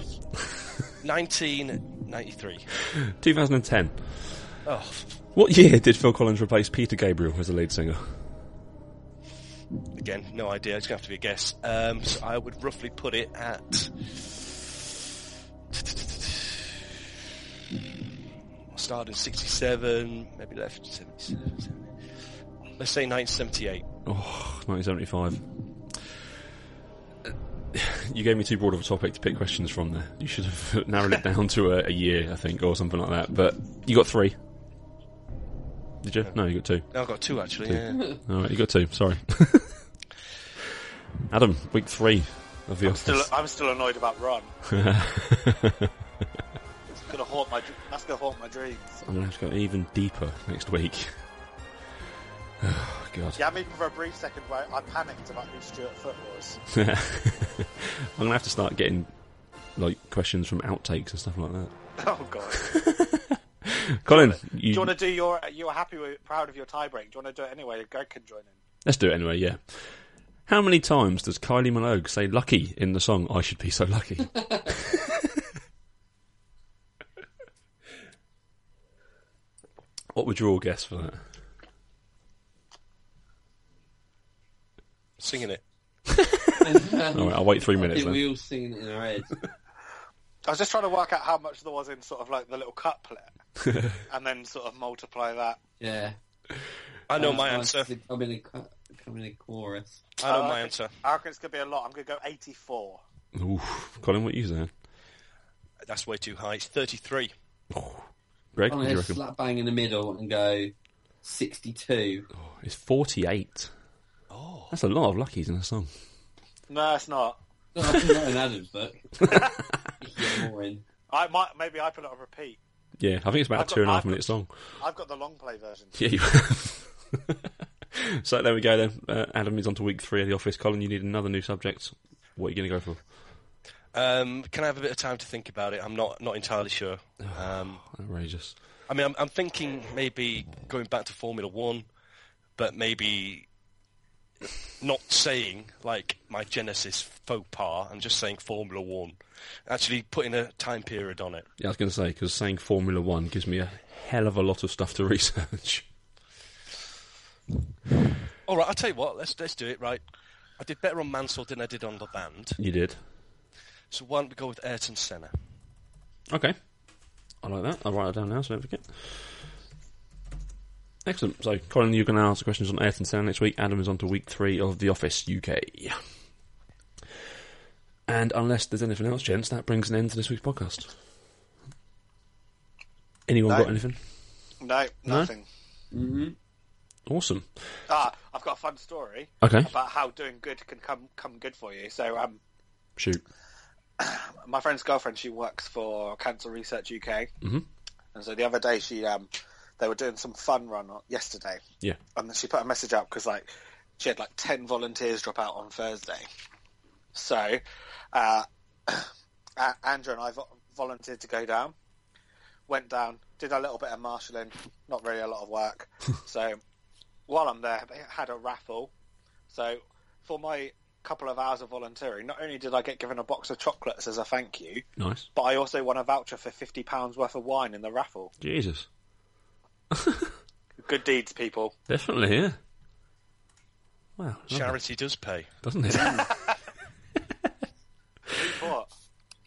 1993. 2010. Oh, What year did Phil Collins replace Peter Gabriel as the lead singer? again, no idea. It's going to have to be a guess. Um, so I would roughly put it at. I Started in 67, maybe left 77. 70. Let's say 1978. Oh, 1975. You gave me too broad of a topic to pick questions from there. You should have <laughs> narrowed it down to a, a year, I think, or something like that. But you got three. Did you? No, you got two. No, I've got two actually. <laughs> Yeah. All right, you got two. Sorry. Adam, week three of the Still, office. I'm still annoyed about Ron. It's gonna haunt my. dr- That's gonna haunt my dreams. <laughs> I'm gonna have to go even deeper next week. <sighs> Oh God. Yeah, I mean, for a brief second, where I panicked about who Stuart Foot <laughs> was. I'm gonna have to start getting like questions from outtakes and stuff like that. Oh god. Colin, you, Do you want to do your? You're happy with, proud of your tie break. Do you want to do it anyway? Greg can join in. let's do it anyway. Yeah. How many times does Kylie Minogue say "lucky" in the song "I Should Be So Lucky"? what would you all guess for that? Singing it. All right, I'll wait three minutes. Did Then. we all sing it in our heads? I was just trying to work out how much there was in sort of like the little <laughs> couplet, and then sort of multiply that. <laughs> Yeah. I know my Uh, answer. I'm in a, co- I'm in a chorus. I know Uh, my think- answer. I reckon it's gonna be a lot. I'm gonna go 84. Oof, Colin, what you saying? That's way too high. It's 33. Oh, Greg, I'm what do going you to reckon? slap bang in the middle and go <laughs> 62. It's forty-eight. Oh, that's a lot of luckies in a song. No, it's not. No, that's not in Adam's book. <laughs> You get more in. I might maybe I put it on repeat. Yeah, I think it's about I've a got- two and a half I've got- minute song. I've got the long play version. Yeah, you <laughs> have. so there we go then. Uh, Adam is on to week three of The Office. Colin, you need another new subject. What are you going to go for? Um, can I have a bit of time to think about it? I'm not not entirely sure. Um, Outrageous. I mean, I'm, I'm thinking maybe going back to Formula One, but maybe not saying like my Genesis faux pas. I'm just saying Formula One. Actually, putting a time period on it. Yeah, I was going to say, because saying Formula One gives me a hell of a lot of stuff to <laughs> research. All right, I'll tell you what. Let's let's do it right. I did better on Mansell than I did on the band. you did. So why don't we go with Ayrton Senna? Okay. I like that. I'll write it down now so I don't forget. Excellent. So, Colin, you're going to answer questions on Ayrton Senna next week. Adam is on to week three of The Office UK. And unless there's anything else, gents, that brings an end to this week's podcast. Anyone No. got anything? No, nothing. Awesome. Ah, I've got a fun story Okay. about how doing good can come come good for you. So, um, Shoot. my friend's girlfriend, she works for Cancer Research UK, mm-hmm. and so the other day she um, they were doing some fun run on- yesterday, Yeah. and she put a message out because like she had like 10 volunteers drop out on thursday so uh, <coughs> A- andrew and i vo- volunteered to go down went down did a little bit of marshalling not really a lot of work so while i'm there they had a raffle so for my couple of hours of volunteering not only did i get given a box of chocolates as a thank you Nice. but i also won a voucher for 50 pounds worth of wine in the raffle Jesus. good deeds people Definitely, yeah. Wow. lovely, Charity does pay. Doesn't it? What?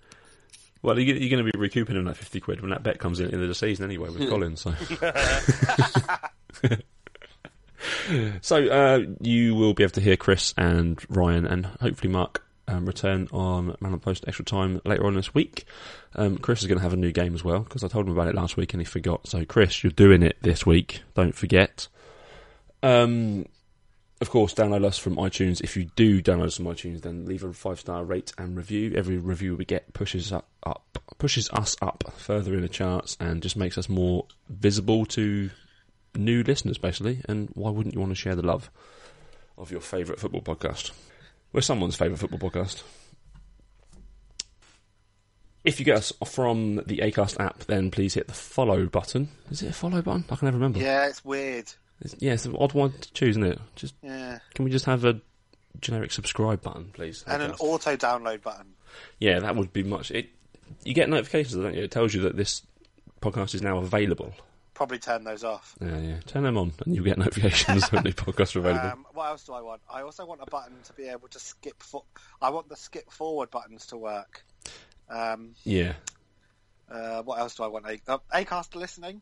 <laughs> well, you- you're going to be recouping on that 50 quid when that bet comes in at the end of the season anyway with Colin, so. <laughs> so, uh, you will be able to hear Chris and Ryan and hopefully Mark. Um, return on Man on Post extra time later on this week. Um, Chris is going to have a new game as well because I told him about it last week and he forgot. So Chris, you're doing it this week. Don't forget. Um, Of course, download us from iTunes. If you do download us from iTunes, then leave a five star rate and review. Every review we get pushes up, up pushes us up further in the charts and just makes us more visible to new listeners, basically. And why wouldn't you want to share the love of your favourite football podcast? We're someone's favourite football podcast. If you get us from the Acast app, then please hit the follow button. Is it a follow button? I can never remember. Yeah, it's weird. It's- yeah, it's an odd one to choose, isn't it? Just Yeah, can we just have a generic subscribe button, please? and an Acast? auto download button. yeah, that would be much. It you get notifications, don't you? It tells you that this podcast is now available. Probably turn those off. Yeah, yeah. Turn them on, and you get notifications when new podcasts are available. Um, what else do I want? I also want a button to be able to skip. For- I want the skip forward buttons to work. Um, yeah, uh, what else do I want? A- uh, <laughs> Acast listening.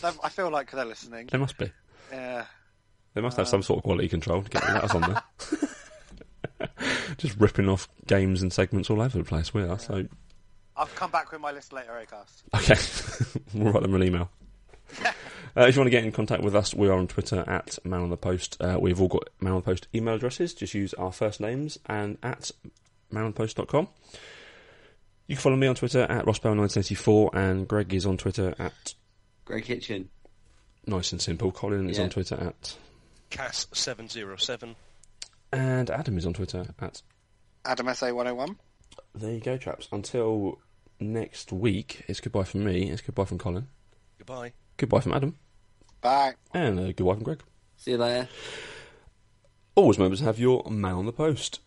They're- I feel like they're listening. they must be. Yeah. They must have um, some sort of quality control to get the letters on there. <laughs> <laughs> Just ripping off games and segments all over the place. We are so I'll come back with my list later, Acast. Okay. <laughs> we'll write them an email. Uh, if you want to get in contact with us, we are on Twitter at Man on the Post. Uh, we've all got Man on the Post email addresses. Just use our first names and at manonthepost.com. You can follow me on Twitter at Rossbell1984 and Greg is on Twitter at Grey Kitchen. Nice and Simple. Colin is Yeah. on Twitter at. Cass seven zero seven. And Adam is on Twitter at. Adam SA 101. There you go, chaps. Until next week, it's goodbye from me, it's goodbye from Colin, Goodbye. goodbye from Adam, Bye. and uh, goodbye from Greg. See you later. Always remember to have your man on the post.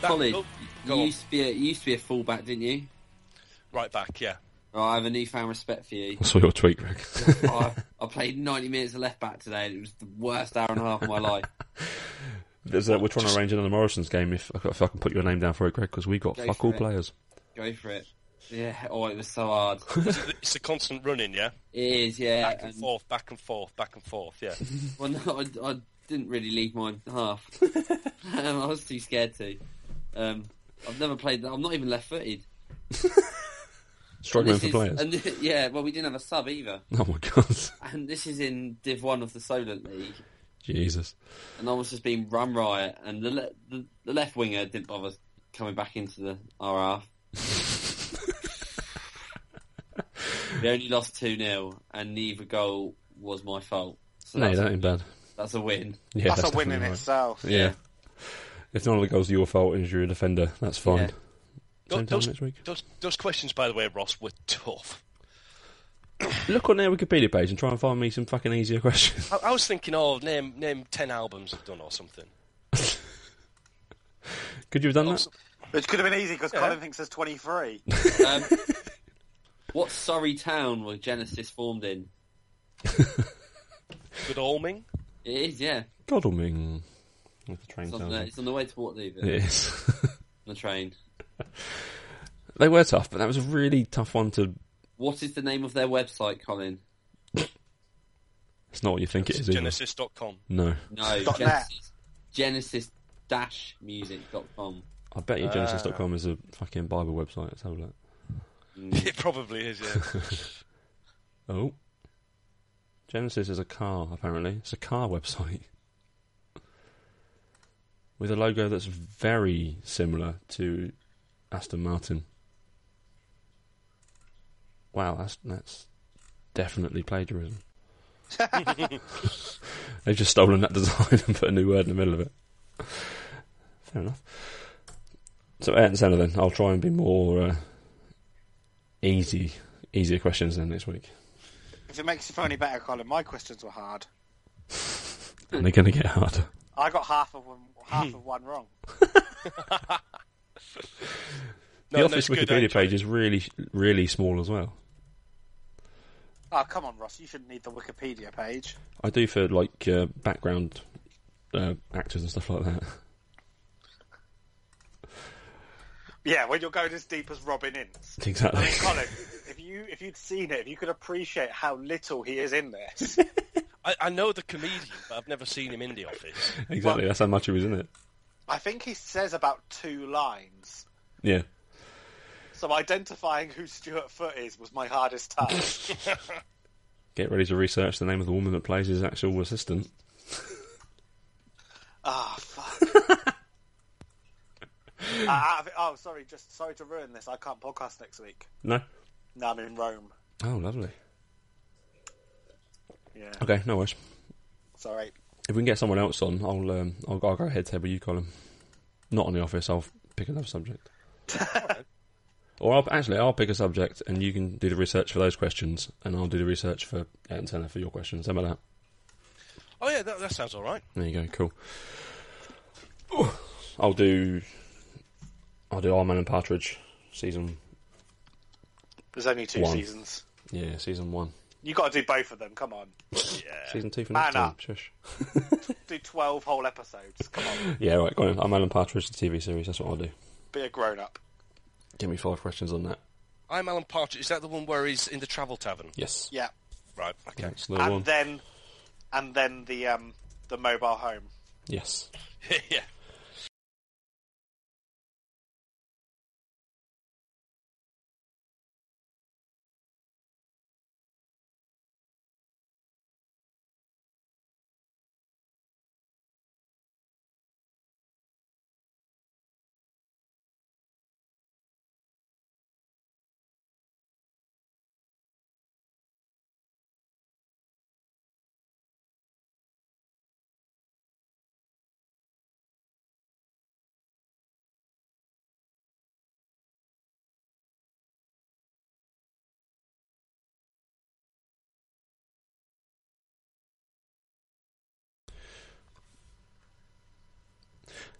That- Colin, oh, you go on. used to be a, you used to be a fullback, didn't you? Right back. Yeah. Oh, I have a newfound respect for <laughs> you. I saw your tweet, <laughs> Greg. I, I played 90 minutes of left back today, and it was the worst hour and a half of my <laughs> life. There's, uh, we're trying to arrange another Morrison's game if, if I can put your name down for it, Greg, because we've got Go fuck for all it. players. Go for it. Yeah. Oh, it was so <laughs> hard. It's a constant running. Yeah. It is. Yeah. Back and forth. Back and forth. Back and forth. <laughs> Yeah. Well, no, I, I didn't really leave mine <laughs> half. <laughs> um, I was too scared to. Um, I've never played. I'm not even left-footed. Struggling This for is- players. and <laughs> thi- yeah, well, we didn't have a sub either. <laughs> Oh my <laughs> god, And this is in Div One of the Solent League, Jesus! and I was just being run riot. And the le- the, the left winger didn't bother coming back into the our <laughs> half. we only lost two 0 and neither goal was my fault. So No, that's, that ain't bad. that's a win. Yeah, that's, a win in definitely right. itself. Yeah. If none of the goals are your fault and you're a defender, that's fine. Same time those, next week. those those questions, by the way, Ross, were tough. Look on their Wikipedia page and try and find me some fucking easier <laughs> questions. I, I was thinking, oh, name name ten albums I've done or something. Could you have done that? Which could have been easy because Colin thinks <laughs> there's 23. Um, what Surrey town was Genesis formed in? Good Alming. It is, yeah. Godalming. With the train It's on, sound. the, It it's on the way to Waterloo, but is. <laughs> on the train. they were tough, but that was a really tough one to. What is the name of their website, Colin? It's not what you think it is. either. Genesis.com. No, No, Dot net. Genesis. Genesis dash music.com. I bet Uh, you Genesis.com is a fucking Bible website. Let's have a look. <laughs> It probably is. <laughs> Yeah. Oh. Genesis is a car, apparently. It's a car website. <laughs> With a logo that's very similar to Aston Martin. Wow, that's, that's definitely plagiarism. They've just stolen that design <laughs> and put a new word in the middle of it. Fair enough. So, Ed and Senna, then. I'll try and be more uh, easy, easier questions then next week. If it makes you feel any better, Colin, my questions were hard. and they're going to get harder. I got half of one, <laughs> half of one wrong. The No, no, office it's good, eh? Wikipedia actually. page is really, really small as well. Oh, come on, Ross. You shouldn't need the Wikipedia page. I do for like uh, background <laughs> uh, actors and stuff like that. Yeah, when you're going as deep as Robin Ince. I Exactly. mean, Colin, if you if you'd seen it, if you could appreciate how little he is in this, <laughs> I, I know the comedian, but I've never seen him in the office. <laughs> exactly. That's how much he was in it. I think he says about two lines. Yeah. So identifying who Stuart Foot is was my hardest <laughs> task. Get ready to research the name of the woman that plays his actual assistant. Ah, fuck. <laughs> Uh, out of it- oh, sorry, just sorry to ruin this. I can't podcast next week. No. No, I'm in Rome. Oh, lovely. Yeah, Okay, no worries. sorry. If we can get someone else on, I'll um, I'll, I'll go head to head with you, Colin. Not on the office. I'll pick another <laughs> subject. or I'll, actually, I'll pick a subject, and you can do the research for those questions, and I'll do the research for Ed and Tanner for your questions. How about that? Oh yeah, that, that sounds all right. There you go. Cool. Ooh, <sighs> I'll do. I'll do Iron Man and Partridge season. There's only two One. seasons. Yeah, season one. You got to do both of them. <laughs> Come on, Season two for Man next time. up. Shush. <laughs> do twelve whole episodes. Come on, Yeah, right. Go on. Iron Man and Partridge, the TV series. That's what I'll do. be a grown up. Give me five questions on that. I'm Alan Partridge. Is that the one where he's in the travel tavern? Yes. Yeah, Right. Okay. That's the and one. then, and then the um the mobile home. Yes. <laughs> yeah.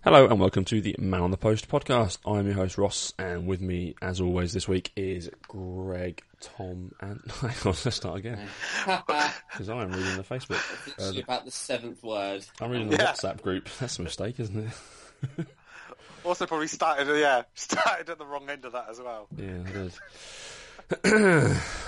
Hello and welcome to the Man on the Post podcast. I'm your host Ross, and with me, as always, this week is Greg, Tom, and <laughs> hang on, let's start again because I'm reading the Facebook. Uh, Actually, the- about the seventh word. I'm reading the Yeah. WhatsApp group. <laughs> That's a mistake, isn't it? <laughs> Also, probably <laughs> started yeah started at the wrong end of that as well. Yeah, it is. <clears throat>